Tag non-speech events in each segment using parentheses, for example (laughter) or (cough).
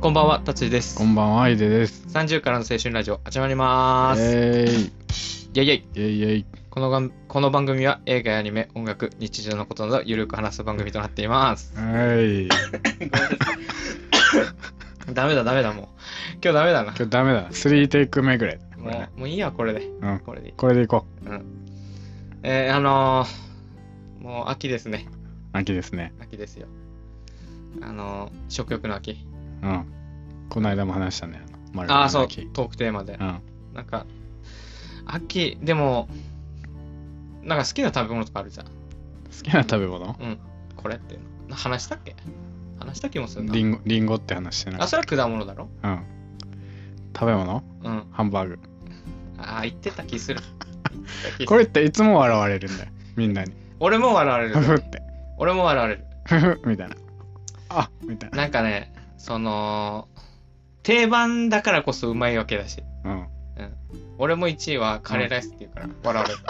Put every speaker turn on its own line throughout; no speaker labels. こんばんは、達也です
こ。んばんは、アイデです。
30からの青春ラジオ、始まりまーす。
えーい、
イェイイェイ。
イェイイェイ。
このがんこの番組は映画やアニメ、音楽、日常のことなど、ゆるく話す番組となっています。
はい。
ダメだ、ダメだ、もう。今日ダメだな。
今日ダメだ。3テイク目ぐらいだねこれ
も
ね。
うもういいや、これで。
うん
これでいい。
これでいこ
えー、あのー、もう秋ですね。
う。秋ですね。
秋ですよ。あのー、食欲の秋。
うん。この間も話したね。マ
ああ、そう、
う
トークテーマで。
ん。
なんか、秋、でも、なんか好きな食べ物とかあるじゃん。
好きな食べ物
うん、これっていうの話したっけ話した気もするな。
リンゴ、リンゴって話してなか
あ、
っ
それは果物だろ
た。うん。食べ物
うん。
ハンバーグ。
ああ、言ってた気する。言ってた気する
これっていつも笑われるんだよ。みんな
(laughs)
に。
俺も笑われ
ふふっ
る。
て。
俺も笑われる。
ふふみたいな。あみたいな。
なんかね、その、定番だからこそうまいわけだし。
うん。
俺も1位はカレーライスって言うから、笑われる。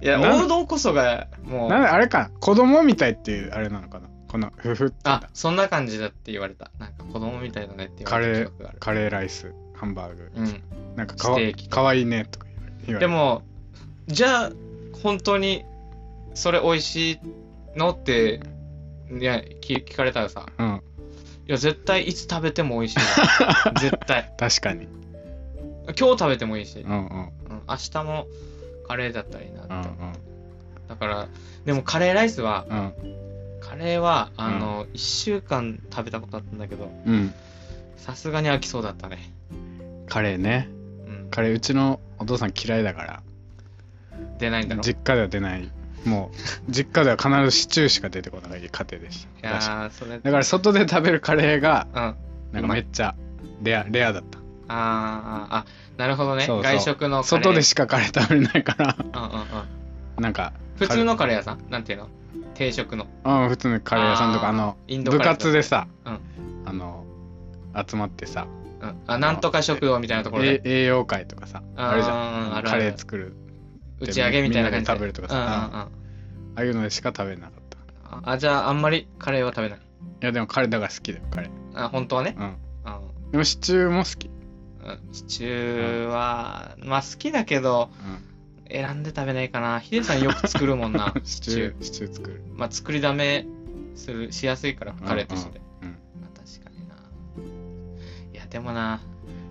いや、
なん
王道こそが、も
なん
う、
であれかな子供みたいっていうあれなのかなこのふふって言っ
あ
た、
そんな感じだって言われた。なんか子供みたいだねって言われた記憶がある。
カレーライス、ハンバーグ。
うん。
なんかかわ
ステーキ
かわいいねとか言
で
われる
も、じゃあ、本当に、それ美味しいのって、いや、聞聞かれたらさ、
うん、
いや、絶対いつ食べても美味しいな。絶対。
確かに。
今日食べてもいいし、
う
うん
んうん
明日もカレーだったらいいなって
うんう
思う、
ん
だから、でもカレーライスは、
うん
カレーは、あの、1週間食べたことあったんだけど、
うん。
さすがに飽きそうだったね。
カレーね。
うん。
カレーうちのお父さん嫌いだか
出ないんだ
ら
ろ。
実家では出ない。も
(laughs)
う実家では必ずシチューしか出てこない家庭でし
い
た。
や
だし
ー、それ、
だから外で食べるカレーが
うん。あ
なんかめっちゃレアレアだった。
ーあ、なるほどね。
そうそう
外食のカレー。
外でしかカレー食べれないから (laughs)
うんうんうん。
なんか
普通のカレー屋さんなんていうの定食の。
カレーうん普通のカレー屋さんとか
あ
あ
ー
の
インドカ
部
レー
活でさ、
うん
あの集まってさ
うん、あなんとか食堂みたいなところ
え
で。
栄養会とかさ
あー
あるじ
うんあ
ゃん
るある
カレー作る
打ち上げみたいな感じで。
みんなで食べるとかさ
さ。
ああいうのでしか食べれなかった。
うんうんうんあ、じゃああんまりカレーは食べない。
いやでも彼だから好きだよ彼
あ本当はね。
うん
あ
でもシチューも好き、、
うんシチューは、まあ好きだけど、選んで食べないかな。ヒデさんよく作るもんな
(laughs) シチューシチュー作る
まあ作りだめするしやすいから、カレーとして。
うんうん
まあ確かにな。いや、でもな、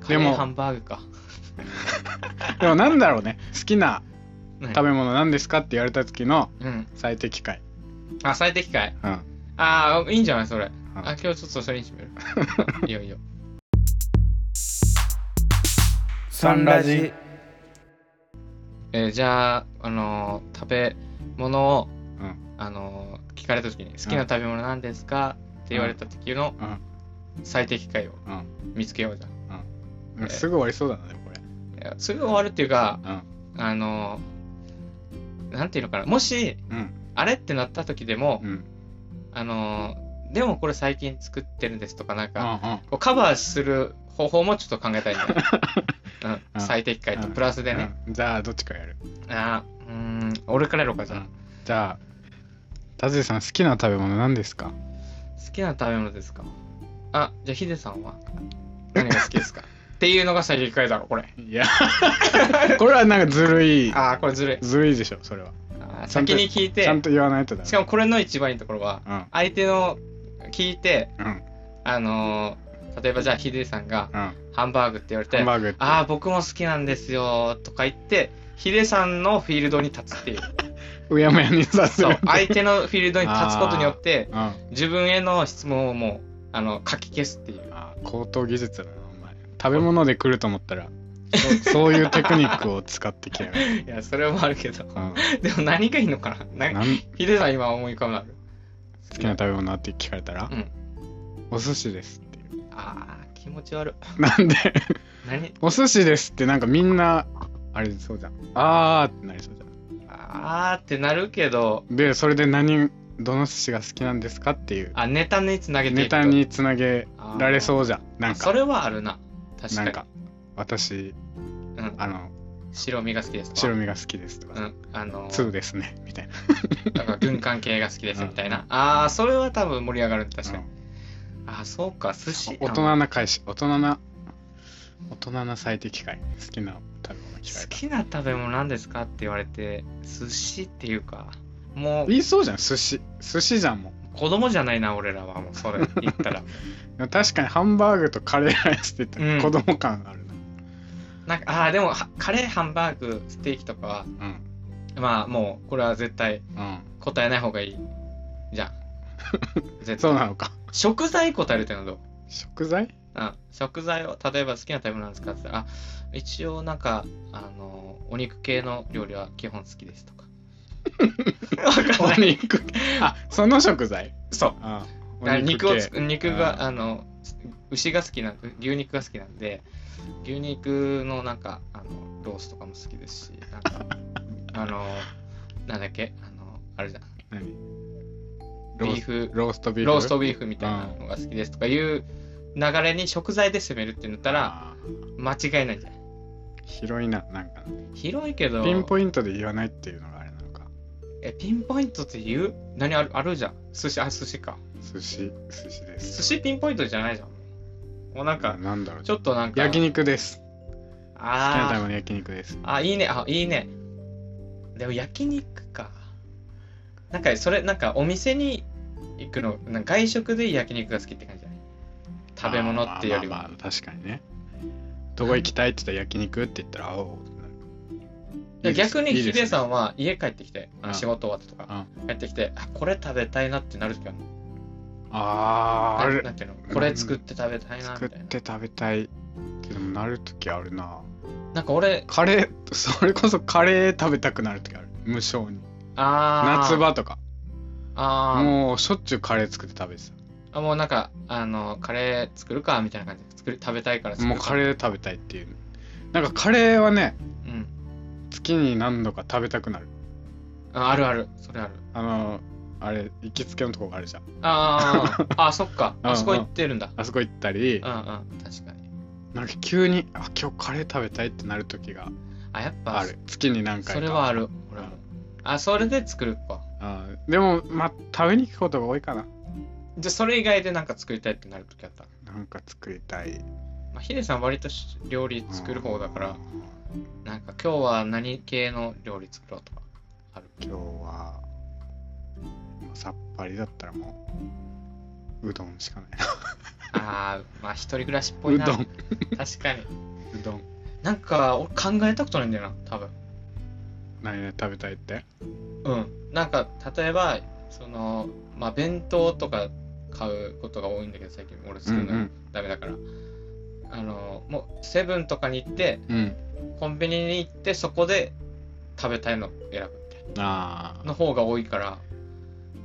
カ
で
レ
も
ーハンバーグか。
でもなんだろうね好きな
食
食べ物何ですかって言われた時の
べうん。
最適解
あ、最適解。
うん
ああ、いいんじゃないそれ。
う
あ、
ん
今日ちょっとそれにしてみる。いいよいいよ。
サンラジ
えーじゃあ、あのー食べ物を、
うん
あのー聞かれた時に、好きな食べ物なんですか、って言われた時の
うん
最適解を
うん
見つけようじゃん。
うんすぐ終わりそうだなでもこれ
いやすぐ終わるっていうか、
うん
あのーなんていうのかな、もし、
うん
あれってなった時でも、
うんうん
あのーでもこれ最近作ってるんですとか、なん
う
か、
ん
こうカバーする方法もちょっと考えたいんだよ、う、
うんん
最適解と
うん
プラスでね。
うんじゃあどっちかやる
あーうーん、俺からやろうか、じゃあ。
うんじゃあ達也さん好きな食べ物何ですか
好きな食べ物ですかあ、じゃあヒデさんは何が好きです
(laughs)
かっていうのが最適解だろ、これ。
いや (laughs) これはなんかずるい
あー、これずるい。
ずるいでしょそれは
あー
ちゃんと
先に聞いて
ちゃ、んと言わないとだ
しかもこれの一番いいところは、
うん
相手の聞いて、
うん
あのー例えばじゃあヒデさんが
うんハ
ハンバーグって言われて、
ンバーグって
あー、僕も好きなんですよとか言って、ヒデさんのフィールドに立つ
(laughs)
っていう。
うやむやにさせ
そ
る
う、相手のフィールドに立つことによって、
うん
自分への質問をもう、あの、書き消すっていう。
あー高等技術だなお前食べ物で来ると思ったらそそういうテクニックを使ってきやがる、
いや、それもあるけど。 (laughs)
うん、
でも何がいいのかなな
なん好
ヒデさん今思い浮かぶなる。好
きな食べ物って聞かれたら、
うん
お寿司ですっていう
あー、気持ち悪い。
なんで
何
お寿司ですってなんかみんなあれそうじゃんあーってなりそうじゃん
あーってなるけど、
でそれで何どの寿司が好きなんですかっていう
あ、ネタにつなげてい
ネ
くと
タにつなげられそうじゃんなんか
それはあるな。確か
な
に。
んか私、
うん
あの
白身が好きですとか
白身が好きですと
う
か、
んあの
ツーですね、みたい
な
な。
んか軍艦系が好きですみたいな、
(laughs) うん
ああそれは多分盛り上がる確かに、
うん
ああそうか寿司
大人な返し、大人な、大人な最適解。好きな食べ物聞か
好
れた。
きな食べ物なんですかって言われて寿司っていうかもう
言いそうじゃん、寿司。寿司じゃんも
子供じゃないな俺らはもうそれ言ったら
う。でも確かにハンバーグとカレーライスって言ったら
う
子供感あるな。
なんかああでもはカレーハンバーグステーキとかは
うん。
まあもうこれは絶対
うん。
答えない方がいいじゃん
(laughs)
絶
そう
対
なのか。
食材答えるってのはどう
食材
あ食材を例えば好きな食べ物なんですかって言ったらあ一応なんかあのお肉系の料理は基本好きですとかわかん
お
ない
肉。あ、その食材
そう
あお
あ肉をつ
系
肉
う
が
ん
あの牛が好きな牛肉が好きなんで牛肉のなんかあのロースとかも好きですしなんかあのなんだっけあのあれじゃん
何
ビーフ
ローストビーフ
ローストビーフみたいなのが好きですとかいう流れに食材で攻めるってなったら
あ
間違いないんじゃない
ー広いななんか
広いけど
ピンポイントで言わないっていうのがあれなのか
えピンポイントって言う何あるあるじゃん寿司あ寿司か
寿司寿司です
寿司ピンポイントじゃないじゃんもうなんか
なんだろう
ちょっとなんか
焼肉です好きな食べ
あー
物焼肉です
あいいねあいいねでも焼肉かなんかそれなんかお店に行くのなんか外食で焼肉が好きって感じじゃない食べ物ってより
あーま
は
あまあまあ確かにねどこ行きたいって言ったら焼肉って言ったらあおうってなるいいです
逆に
いい
ヒ
ですね
デさんは家帰ってきてあの
うん
仕事終わってとか帰ってきてあこれ食べたいなってなる時は
あーあ
な
る
なんていうのこれ作って食べたいな
作
み
った
いな
て食べたいってでもなるときあるな
なんか俺
カレーそれこそカレー食べたくなるときある無性に
あー
夏場とか
あー
もうしょっちゅうカレー作って食べて
あもうなんかあのカレー作るかみたいな感じで作り食べたいから
た
作る
もう
か
カレー食べたいっていうなんかカレーはね
うん
月に何度か食べたくなる
ああるあるそれある
あのあれ行きつけのとこがあるじゃん
あ
(laughs)
ーあそっか
うんう
あ
ん
そこ行ってるんだ
あそこ行ったり
うんうん確かに
なんか急にあ今日カレー食べたいってなる時が
あやっぱ
ある月に何回か
それはある俺もあそれで作るか
あでもまあ食べに行くことが多いかな
じゃあそれ以外でなんか作りたいってなるときあった
なんか作りたい
まあ、ヒデさん割とし料理作る方だから
うん
なんか今日は何系の料理作ろうとかある
今日はもうさっぱりだったらもううどんしかない
あーまあ一人暮らしっぽい
(laughs) う
な
どん
確
う
かに
どん
なんか俺考えたことないんだよな多分
何々食べたいって
うん、なんか例えばその、まあ、弁当とか買うことが多いんだけど最近俺作る
うんう
の
ん
ダメだから、あのもうセブンとかに行って
うん
コンビニに行ってそこで食べたいのを選ぶみたい
あ
な
ー
の方が多いから、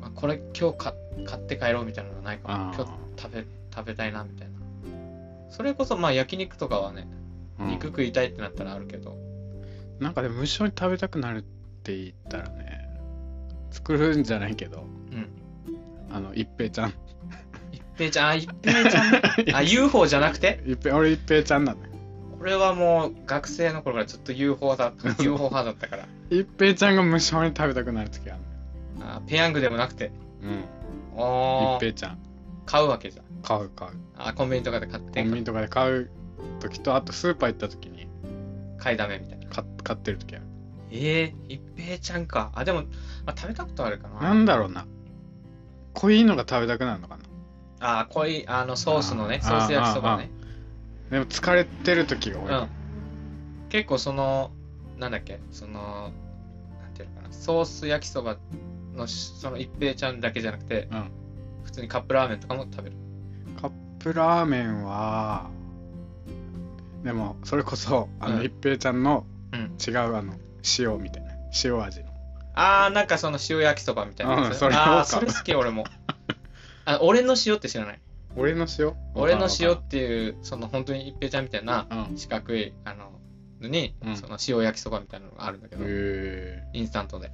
まあ、これ今日か買って帰ろうみたいなのがないか
あ
も
ー
今日食べ食べたいなみたいなそれこそまあ焼肉とかはね
うん
肉食いたいってなったらあるけど、
なんかでも無性に食べたくなるって言ったらね作るんじゃないけど
うん
あの一平ちゃん
一平
(laughs)
ちゃんあ一平ちゃんねあ UFO じゃなくて
一平俺一平ちゃんなんだよ
これはもう学生の頃からちょっと UFO だ
(laughs)
UFO 派だったから
一平ちゃんが無性に食べたくなる時ある
あーペヤングでもなくて
のようん
お
一平ちゃん
買うわけじゃん
買う買う
あーコンビニとかで買っ
コ
て
ンビニとかで買う時とあとスーパー行った時に
買いだめみたいな
買買ってる時ある
ええー、一平ちゃんかあでも、まあ、食べたことあるかな
なんだろうな濃いのが食べたくなるのかな
あー濃いあのソースのね
あー
ソース焼きそばね
でも疲れてる時が多いかも、
うん結構そのなんだっけそのなんていうのかなソース焼きそばのしその一平ちゃんだけじゃなくて、
うん
普通にカップラーメンとかも食べる
カップラーメンはでもそれこそあ
う
の
ん
一平ちゃんの
うん
違うあの塩みたいな塩味の
あーなんかその塩焼きそばみたいなやつ、
うんそれを
あ
買
ー
う
それ好き俺も (laughs) あ俺の塩って知らない
俺の塩
俺の塩
わ
っていうその本当に一平ちゃんみたいな
かんわかんうん
四角いあののに、
うん
その塩焼きそばみたいなのがあるんだけど、
へ
インスタントで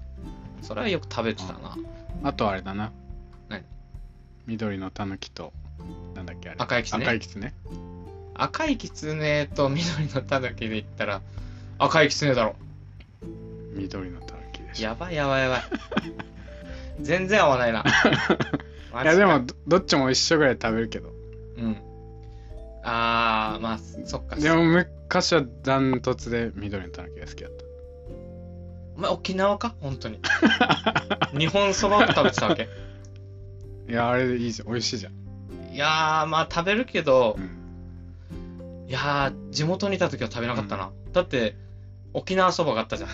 それはよく食べてたな、
ーあとあれだな
何
緑のたぬきとなんだっけあれ
赤いきつね
赤いきつね
赤いきつねと緑のたぬきで言ったら赤いきつねだろ
緑のたぬきでしょ
やばいやばいやばい全然合わないなマ
い
ジか
やでもどどっちも一緒ぐらい食べるけど
うんあーまあそっか
でも昔はダントツで緑のたぬきが好きだった
お前沖縄か本当に日本そばを食べてたわけ
いやあれでいいじゃん美味しいじゃん、
いやーまあ食べるけど
うん、
いやー地元にいた時は食べなかったな、だって沖縄そばがあったじゃん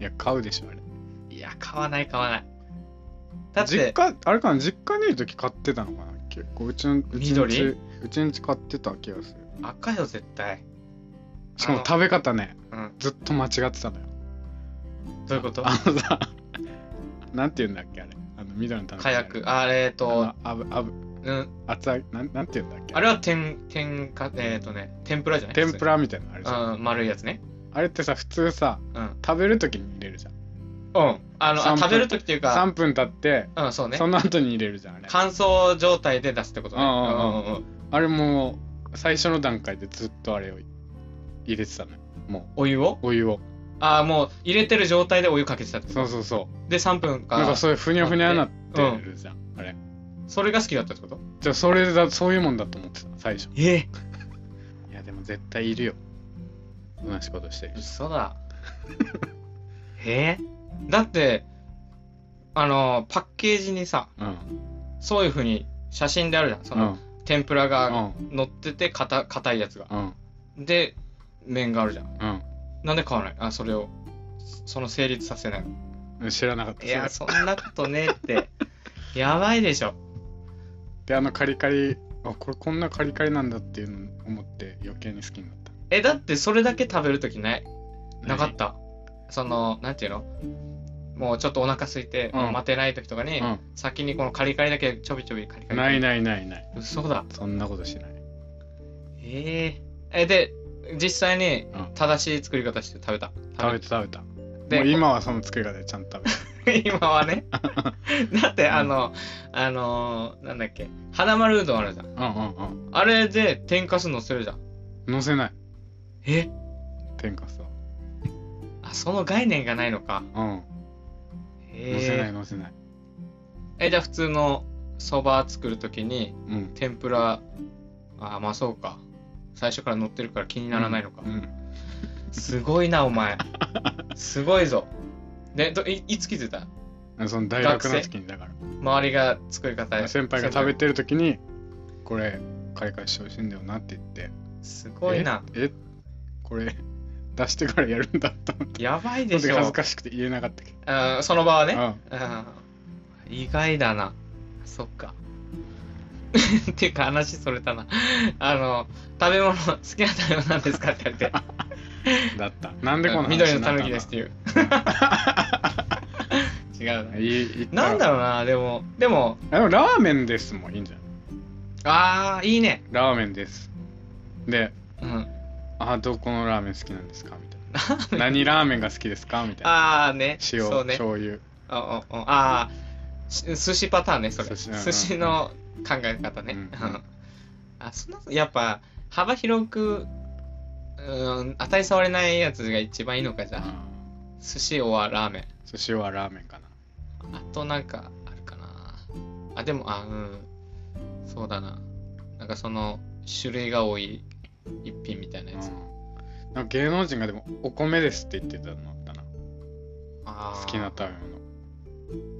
いや買うでしょあれ
いや買わない買わないだっ
実
て
家あれかな実家にいる時買ってたのかな結構うちのうちのう
緑
ちうちの家買ってた気がする
赤よ絶対
しかも食べ方ね
うん
ずっと間違ってたのよ
どういうこと
あのさ (laughs) なんて言うんだっけあれあの緑のたぬき
火薬あれえっと
あのあぶあぶ
うん
厚揚げなんなんて言うんだっけ
あれは天天かえっ、とね天ぷらじゃない
天ぷ
ら
らみたいなのあれさ
うん丸いやつね
あれってさ普通さ
うんうん
食べる時に入れるじゃん
あの
三
あ
分
食べる時っていうか
3分経って
うんそうね
その後に入れるじゃんあれ
乾燥状態で出すってことね
うんう
うん
ん
うんうん
あれもう最初の段階でずっとあれを入れてたのよも
お湯を
うお湯を
ああもう入れてる状態でお湯かけてたってこと
そうそうそう
で3分か
なんかそういうふにゃふにゃになってるじゃん、あれ
それが好きだったってこと
じゃあそれだそういうもんだと思ってた最初
ええ
いやでも絶対いるよ同じことしてる人
嘘だ (laughs) えーだってあのパッケージにさ
うん
そういうふうに写真であるじゃんそうの、
ん
天ぷら
う
が
ん
乗ってて硬硬いやつが
うん
で麺があるじゃん
うん
なんで買わないあそれをそその成立させない
うん知らなかった
いや
そ
そんなことねえって (laughs) やばいでしょ
うであのカリカリあこれこんなカリカリなんだっていうのを思って余計に好きになった
えだってそれだけ食べるときないなかったそのなんていうのもうちょっとお腹空いて、
うん
待てない時とかに、
うん
先にこのカリカリだけちょびちょびカリカリ
ないないないない
嘘だ
そんなことしない
えええで実際に
うん
正しい作り方して食べた
食べた食べた
で
もう今はその作り方でちゃんと食べ
べ今は (laughs) ねだって
うん
あの、あのーなんだっけ花丸うどんあるじゃん
たうんうんうん
あれで天かすのせるじゃん
乗せない
え
天かすは
あその概念がないのか
うん乗せない
へ
乗せない
ええじゃあ普通のそば作る時に
うん
天ぷらあまあそうか最初から乗ってるから気にならないのか、
うん
すごいなお前すごいぞでどいいつ気づいた
うんその大学の時にだから
周りが作り方
先輩が食べてる時にこれ買い替えしてほしいんだよなって言って
すごいな
ええこれ出してからやるんだと思って
やばい
そ
で
の時
し
恥ず
ょ
かしくて言えなかったけど
あーその場はね
あ
あー意外だなそっか (laughs) っていうか話それたなあの食べ物好きな食べ物なんですかって言われて
だったなんでこの話
緑の
にな
た
った
ぬ
だ
きですっていう (laughs) 違うない
いいいから
なんだろうなでもでも
あでもラーメンですもんいいんじゃない
ああいいね
ラーメンですで
うん
あどこのラーメン好きなんですかみたいな何ラーメンが好きですかみたいな
ああね
塩、
そうね
醤油
ああああし寿司パターンねそれ寿
寿司
司
うんうん
の考え方ね、
うんうん
あそんなやっぱ幅広くうん当たり障りないやつが一番いいのかじゃあ
うん
寿司はラーメン
寿司はラーメンかな
あとなんかあるかなあでもあうんそうだななんかその種類が多い一品みたいなやつ、
うんなんか芸能人がでもお米ですって言ってたのあったな
あー
好きな食べ物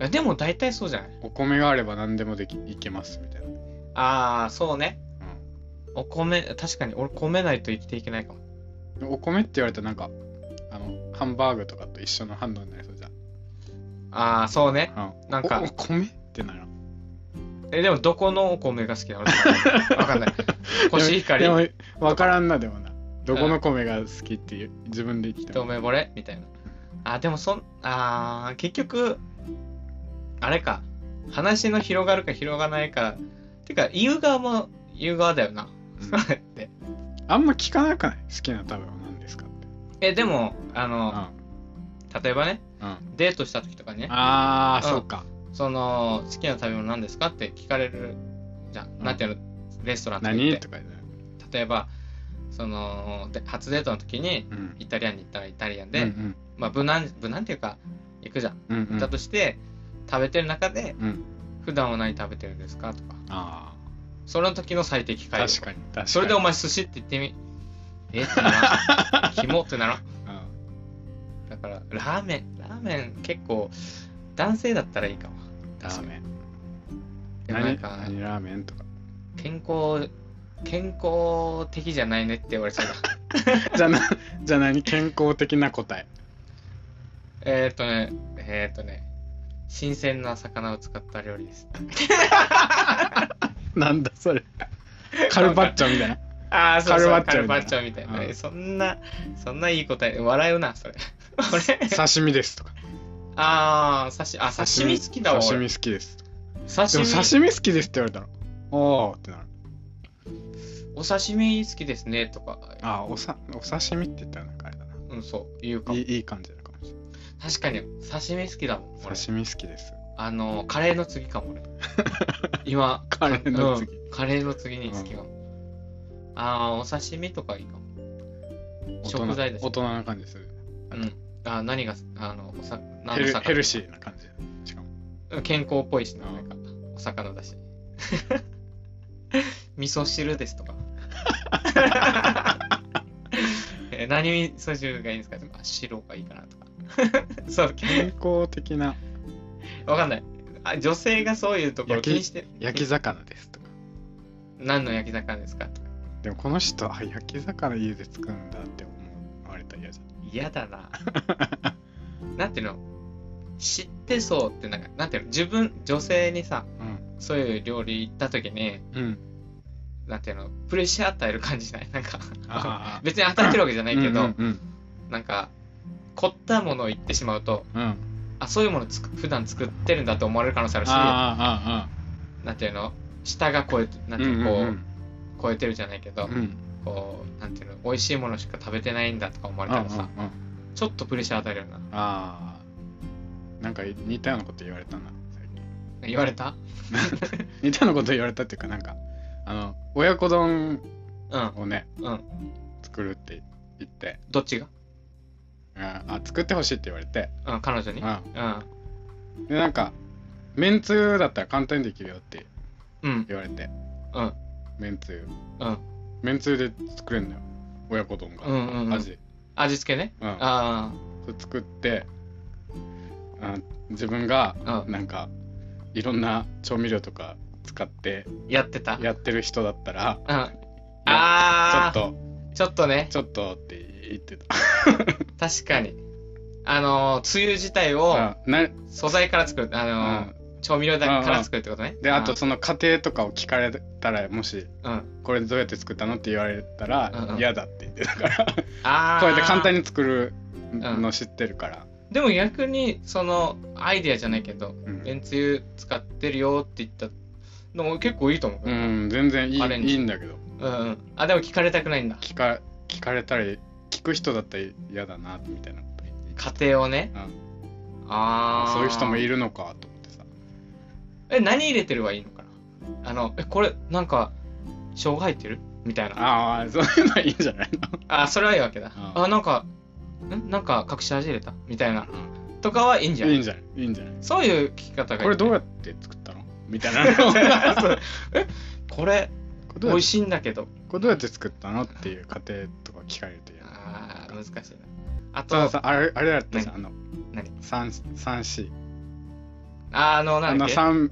えでも大体そうじゃない
お米があれば何でもできいけますみたいな、
ああそうねお米確かに俺米ないと生きていけないかも
うん、お米って言われたらなんかあのハンバーグとかと一緒の反応になりそうじゃん、
ああそうね
うん
なん
お
か
お米ってなる
え、でもどこのお米が好きなのわかん
(laughs)
ない。コシヒカリ、
でも
一
でも分からんなでもなどこの米が好きっていう自分で言っても
目惚れみたいな。あ、でもそん、あー結局、あれか。話の広がるか広がないか。てか、言う側も言う側だよな。
うん
そうや (laughs) って。
あんま聞かなくない好きな食べ物なんですかって、
え、でも、あ
うん
の、例えばね、
うん、
デートした時とかね、
ああ、
うん
そうか
その、好きな食べ物何ですかって聞かれるじゃん。
うん
なんていうの、レストランとか行っ
何
て
とかじゃない
例えば、そので初デートの時に
うん
イタリアンに行ったらイタリアンで、
うん
まあ無難無難っていうか行くじゃん、
うんうんうん
だとして食べてる中で
うん
普段は何食べてるんですかとか
あ
その時の最適
あ
解
確かに確かに
それでお前寿司って言
(laughs)
ってみえってならんキモってならん
うん
だからラーメンラーメン結構男性だったらいいかも
ラーメン
でもなん
何
か
何ラーメンとか
健康健康的じゃないねって言われ
(laughs)
そうだ
じゃあなじゃあ何健康的な答え
えーっとねえーっとね新鮮な魚を使った料理です
なんだそれカルパッチョみたいな
ああ、そうそう、カ
カ
ル
ル
パ
パ
ッ
ッ
チ
チ
ョ
ョ
み
み
た
た
いな。
いなうん
そんな、そんないい答え、笑うな、それ。俺、
刺身ですとか
ああ、刺し、あ、刺身好きだわ。
刺
俺
身好きです
刺
でも
身。
刺身好きですって言われたらおーってなる
お刺身好きですね、とか、
あーおさお刺身って言ったらなんかあれだな
うん、そう、言うかも
い。いいい感じなのかもしれない
確かに、刺身好きだもん、俺。
刺身好きです
あの、カレーの次か
(laughs)
も、俺。今、
カレーの次
うんカレーの次に好きかも。ああ、お刺身とかいいかも。
大人
食材です
大人な感じする
うん。あー何が、あの、おさ、何
ヘ
の
ル
魚
ヘルシーな感じしかも
うん健康っぽいしな、
うん
なんか、お魚だし。 (laughs) 味噌汁です
(laughs)
とか。え何味噌汁がいいんですかとか、白がいいかなとか。 (laughs) そう、
健康的な
わかんないあ。女性がそういうところ
焼
気
き
にして、
焼き魚ですとか
何の焼き魚ですか
でもこの人あ焼き魚家で作るんだって思われたら嫌じ
嫌だな。なんていうの知ってそうって、なんか、なんていうの自分、女性にさ、
ゃんうん
そういう料理行った時に、
うん
なんていうのプレッシャー与える感じしないなんか。
あ
(laughs) 別に当たってるわけじゃないけど、
うんうん
なんか凝ったものを言ってしまうと
うんうん
あそういうものつく普段作ってるんだと思われる可能性あるし
あ
なんていうの舌が超えてなん
あああ
ていうのこう、超えてるじゃないけど、
うんうん
こうなんていうの美味しいものしか食べてないんだとか思われ
あ
た
あ
らさ、ちょっとプレッシャー与えるような
ああなんか似たようなこと言われたな最近
言われた
(laughs) 似たようなこと言われたっていうかなんかあの親子丼
うん
をね
うん
作るって言って
どっちが、
ああ作ってほしいって言われて
うん、彼女にうん
うでなんかめんつゆだったら簡単にできるよって
うん
言われて
うん
めんつゆ
うん
めんつゆで作れるのよ親子丼が、
うんうんうん
味、
味付けね
うん、
あ
それ作ってあ自分が
あうん
なんかいろんな調味料とか使って
やってた
やってる人だったら
うん
いや
ああ
ちょっ
ちょっとね
とちょっとって言ってた
確かにあのー、つゆ自体を、
うんな
素材から作る、あ
う
のー
ん
調味料だから作るってことね。
であと
ー、
その家庭とかを聞かれたらもし
うん、
これどうやって作ったのって言われた
うんう
ら
ん
嫌だって言ってたからこ
ああ、
うやって簡単
に。
に作るの知ってるから、
でも逆に、その、アイディアじゃないけど、
うん
めんつゆ使ってるよって言ったのも結構いいと思う。
う。ん、全然い
アレンジ
いいいんだけど
うん、うん。あ、でも聞かれたくないんだ。
聞か聞かれたら聞く人だったら嫌だなみたいなこと言って
家庭をね。
うん
ああ。
そういう人もい
る。
るのかと思ってさ
え、何入れてればいいのかなあの、え、これ、なんか、生姜入ってるみたいな。
ああそういうのはいいんじゃない
あ、それはいいわけだ。
うん
あ、なんか、んなんか隠し味入れたみたいな。
の
とかはいいんじゃない
いいんじゃないいいんじゃない
そういう聞き方がいい。
これどうやって作ったのみたいなのこれ
(laughs) そうえこれ
ど
美
うや
味
って
しいんだけど
これどうやって作ったのっていう過程とか聞かれると嫌だ
あー難しいなあ
ただ
と
さあれあれだったじゃんあの
何
3C
ああのな
あ
んだ
の
っけあ
3-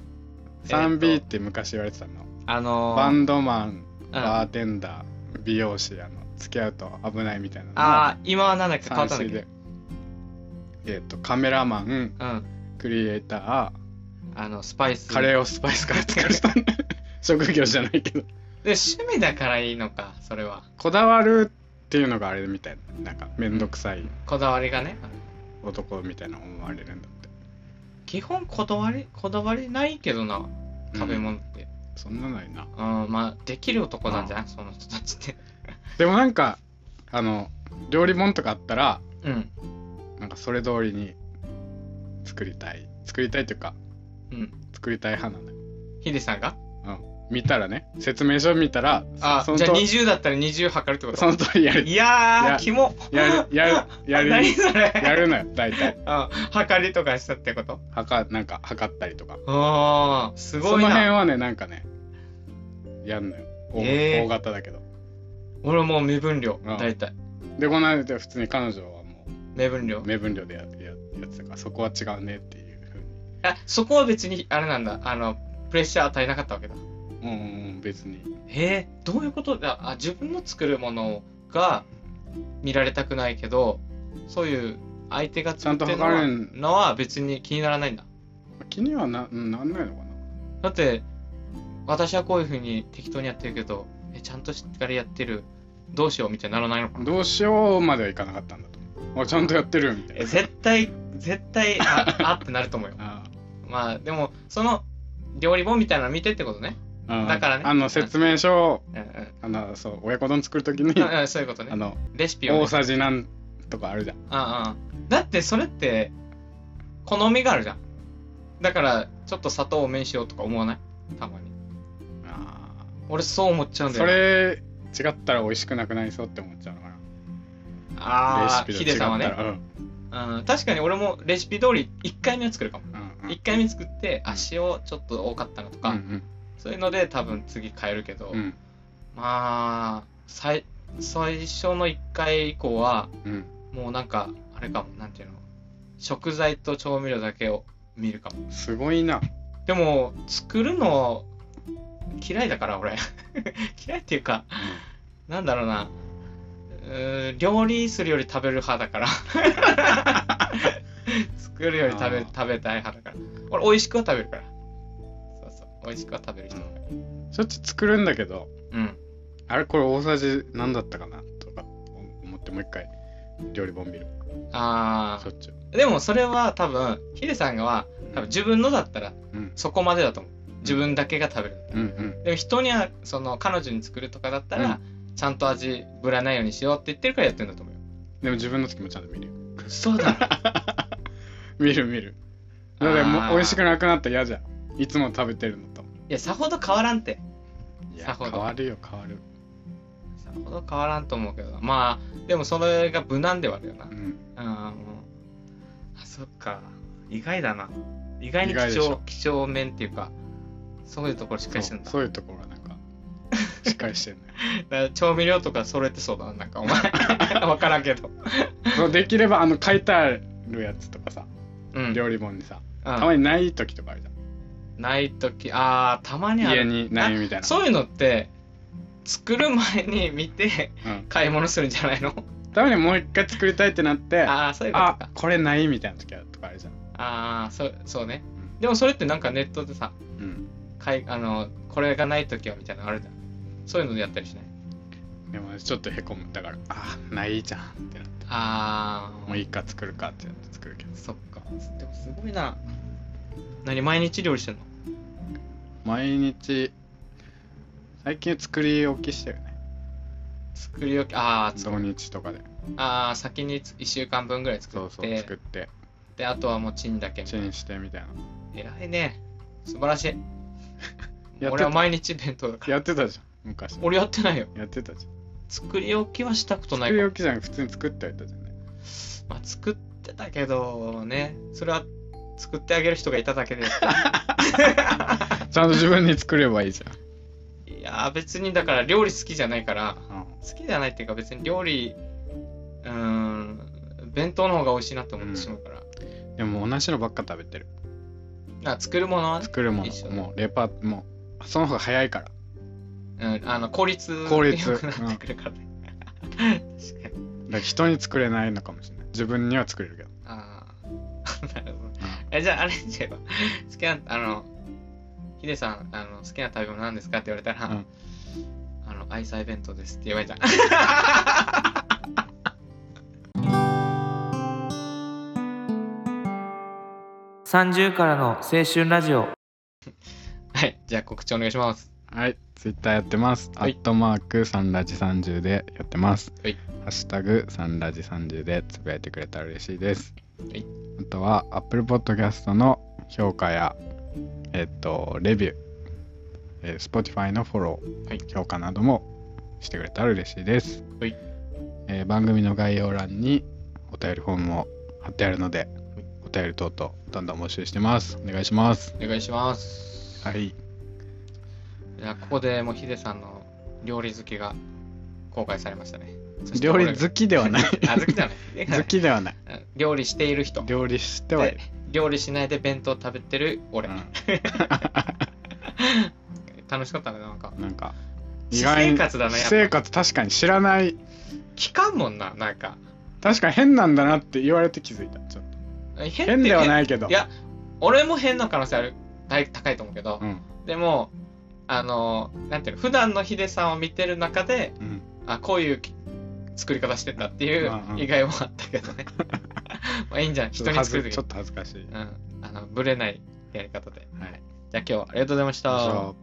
えー
3B
と
って昔言われてたの
のー
バンドマン
うんあ
バーテンダー美容師あの付き合うと危ないみたいなの
あー今はなんだっけ変わったんだっ
3C
け
でえっとカメラマン
うん
クリエイタ
あのスパイス
ーカレーをスパイスから作る人 (laughs) 職業じゃないけど
で趣味だからいいのかそれは
こだわるっていうのがあれみたいななんかめんどくさい
こだわりがねあの
男みたいな思われるんだって
基本こだわりこだわりないけどな食べ物って
そんなないな
うん、まあできる男なんじゃないその人たちって
でもなんかあの料理本とかあったら
うん
なんかそれ通りに作りたい作りたいというか
うん
作りたい派なんだよ
ヒデさんが
うん見たらね説明書見たら
あ、
その
じゃあ
と
20だったら20測るってこ
そ
と
の通りやる
いや
や
ー、キモ
やる
(laughs)
やるやる
何それ
やるのよ大体
(laughs) あ、測りとかしたってこと
はかなんか測ったりとか
あー、す
そ
ごい
の辺
な。
はねなんかねやんのよ大,、
えー
大型だけど
俺もう目分量、
うん
大体。
でこの間普通に彼女はも
目分量
う。目分量でやややってたからそこは違うねっていうふうに
あ、そこは別に、あれなんだ、あの、プレッシャー与えなかったわけだ。
うんうんうん別に
えー、どういうことだあ、自分の作るものが見られたくないけど、そういう相手が作ってるの
ちゃんと
は
測る
のは別に気にならないんだ。
気にはなうんなんないのかな
だって私はこういうふうに適当にやってるけどえちゃんとしっかりやってるどうしようみたいにならないのかな
どうしようまではいかなかったんだと思うあちゃんとやってるみたい
え
な
絶対絶対あ (laughs) あってなると思うよ
あ
まあでもその料理本みたいなの見てってことね、
あうん
だからね
あの説明書を
うんうん
あのそう親子丼作るときに
うんうん、そういうこと
あ
ね
の
レシピを、
大
ね
さじなんとかあるじゃん
うんうん、だってそれって好みがあるじゃんだからちょっと砂糖多めにしようとか思わないたまに
あ
俺そう思っちゃう
ー
んだよな
それ違ったら美味しくなくなりそうって思っちゃうのかな
ああ
レシ
ヒ
ピと違
デ
っ
さん
た
はね
ら、うん
うん、確かに俺もレシピ通り1回目は作るかも
うんうん
1回目作って、
う
あ
ん
塩ちょっと多かったなとか、
うん
そういうので多分次変えるけど、
うん
まあ最最初の1回以降は
うん
もうなんかあれかもなんていうの食材と調味料だけを見るかも
うんすごいな
でも作るの嫌いだから俺 (laughs) 嫌いっていうかなんだろうなうーん料理するより食べる派だから (laughs) 作るより食べ
あー
食べたい派だから俺美味しくは食べるからそうそう美味しくは食べる人だから
しょっちゅう作るんだけど
うん
あれこれ大さじ何だったかなとか思ってもう一回料理本見る
あ
しょっちゅう
あでもそれは多分ヒデさんがは多分自分のだったら
うん
そこまでだと思う自分だけが食べる
うんうん
でも人にはその彼女に作るとかだったら、ちゃんと味ぶらないようにしようって言ってるからやってるんだと思うよ
でも自分の時もちゃんと見るよ
そう (laughs) だろ
見る見るだって
あ
も
ー
う美味しくなくなったら嫌じゃんいつも食べてるのと
いやさほど変わらんって
い
さ
や
ほど
変わるよ変わる
さほど変わらんと思うけどなまあでもそれが無難ではあるよな
うん
うんもうあそっか意外だな意外に
意外で
貴
し
重
ょ
貴重面っていうかそういうところしっかりしてる
そうん
だ
そういうところはなんかしっかりしてんね
だから調味料とか揃えてそうだななんかお
(laughs)
前わからんけど
そう (laughs) できればあの書いてあるやつとかさ
うん、
料理本にさ
う
たま
ん、
にない時とかあるじ
ない時あーたまに
ゃ
あ
ん家
る
にないみたいな
そういうのって作る前に見て (laughs)
うん
買い物するんじゃないの
たまにもう一回作りたいってなってあ
ああそういうことか
これないみたいな時あるとかあるじゃん
ああそそうね
うん
でもそれってなんかネットでさ
うん
買いあのこれがない時はみたいなのあるじゃんそういうのでやったりしない
でもちょっとへこむだからあないじゃんってなって
ああ
もういいか作るかってやって作るけど
そっかでもすごいな何毎日料理してんの
毎日最近作り置きしてるね
作り置きあーつ
土日とかで
あー先に1週間分ぐらい作
そう
って
そう作って
であとはもうチンだけみ
チ
たいな
ンしてみたいな
偉いね素晴ら
(laughs)
しい
やってた
俺は毎日弁当だから
やってたじゃん昔
俺やってないよ
やってたじゃん
作り置きはしたことないか
作り
ら
置きじゃん普通に作っておいたじゃんね
まあ、作ってたけどねそれは作ってあげる人がいただ
(laughs)
けで
ちゃんと自分に作ればいいじ
いやー別にだから料理好きじゃないから
ゃん、うん
好きじゃないっていうか別に料理うーん弁当の方が美味しいなって思ってしまうから,、
でも同じのばっか食べてる
なんか作るものはね、
作るも
一緒
の
だ
もうレパートもうその方が早いから
うん、あの効率
効率
良くなってくるからね、 (laughs) 確かに
だから人に作れないのかもしれない自分には作れるけど
ああ (laughs) なるほどえじゃああれにしれば好きなあのヒデさんあの好きな食べ物なんですかって言われたら、
うん
あの愛妻弁当ですって言われた (laughs)
30からの青春ラジオ
はい、じゃあ告知お願いします。
はいツイッターやってます、
はい
アットマークサンラジ30でやってます、
はい
ハッシュタグサンラジ30でつぶやいてくれたら嬉しいです、
はい
あとは Apple Podcast の評価やえっとレビューえー Spotify のフォロー、
はい
評価などもしてくれたら嬉しいです、
はい
えー番組の概要欄にお便りフォームを貼ってあるので、お便り等々どんどん募集してますお願いします
お願いします。
はい
いやここでもうヒデさんの料理好きが公開されましたね。そして
料
俺
理好きでは (laughs) ない
(laughs) あ好きじゃない
(laughs) 好きではない
料理している人。
料理してはいる
で、料理しないで弁当食べてる俺。 (laughs) 楽しかったね、なんか
う。んなんか
私生活だね、
私
や
生
っぱ。
活確かに知らない
聞かんもんな、なんか。
確かに変なんだなって言われて気づいたちょっと
変って
変ではないけど
いや、俺も変な可能性ある。大高いと思うけど
う。ん
でも、あの、なんていうの、普段のヒデさんを見てる中で、
うん
あこういうき作り方してんだっていう
うんうん
意外もあったけど
(laughs)
ねまあいいんじゃない
ち
人
ょっと
に
恥
作る
ずち
と
ょ
き
っと恥ずかしい
うんあのぶれないやり方で
はい
じゃあ今日はありがとうございました
以上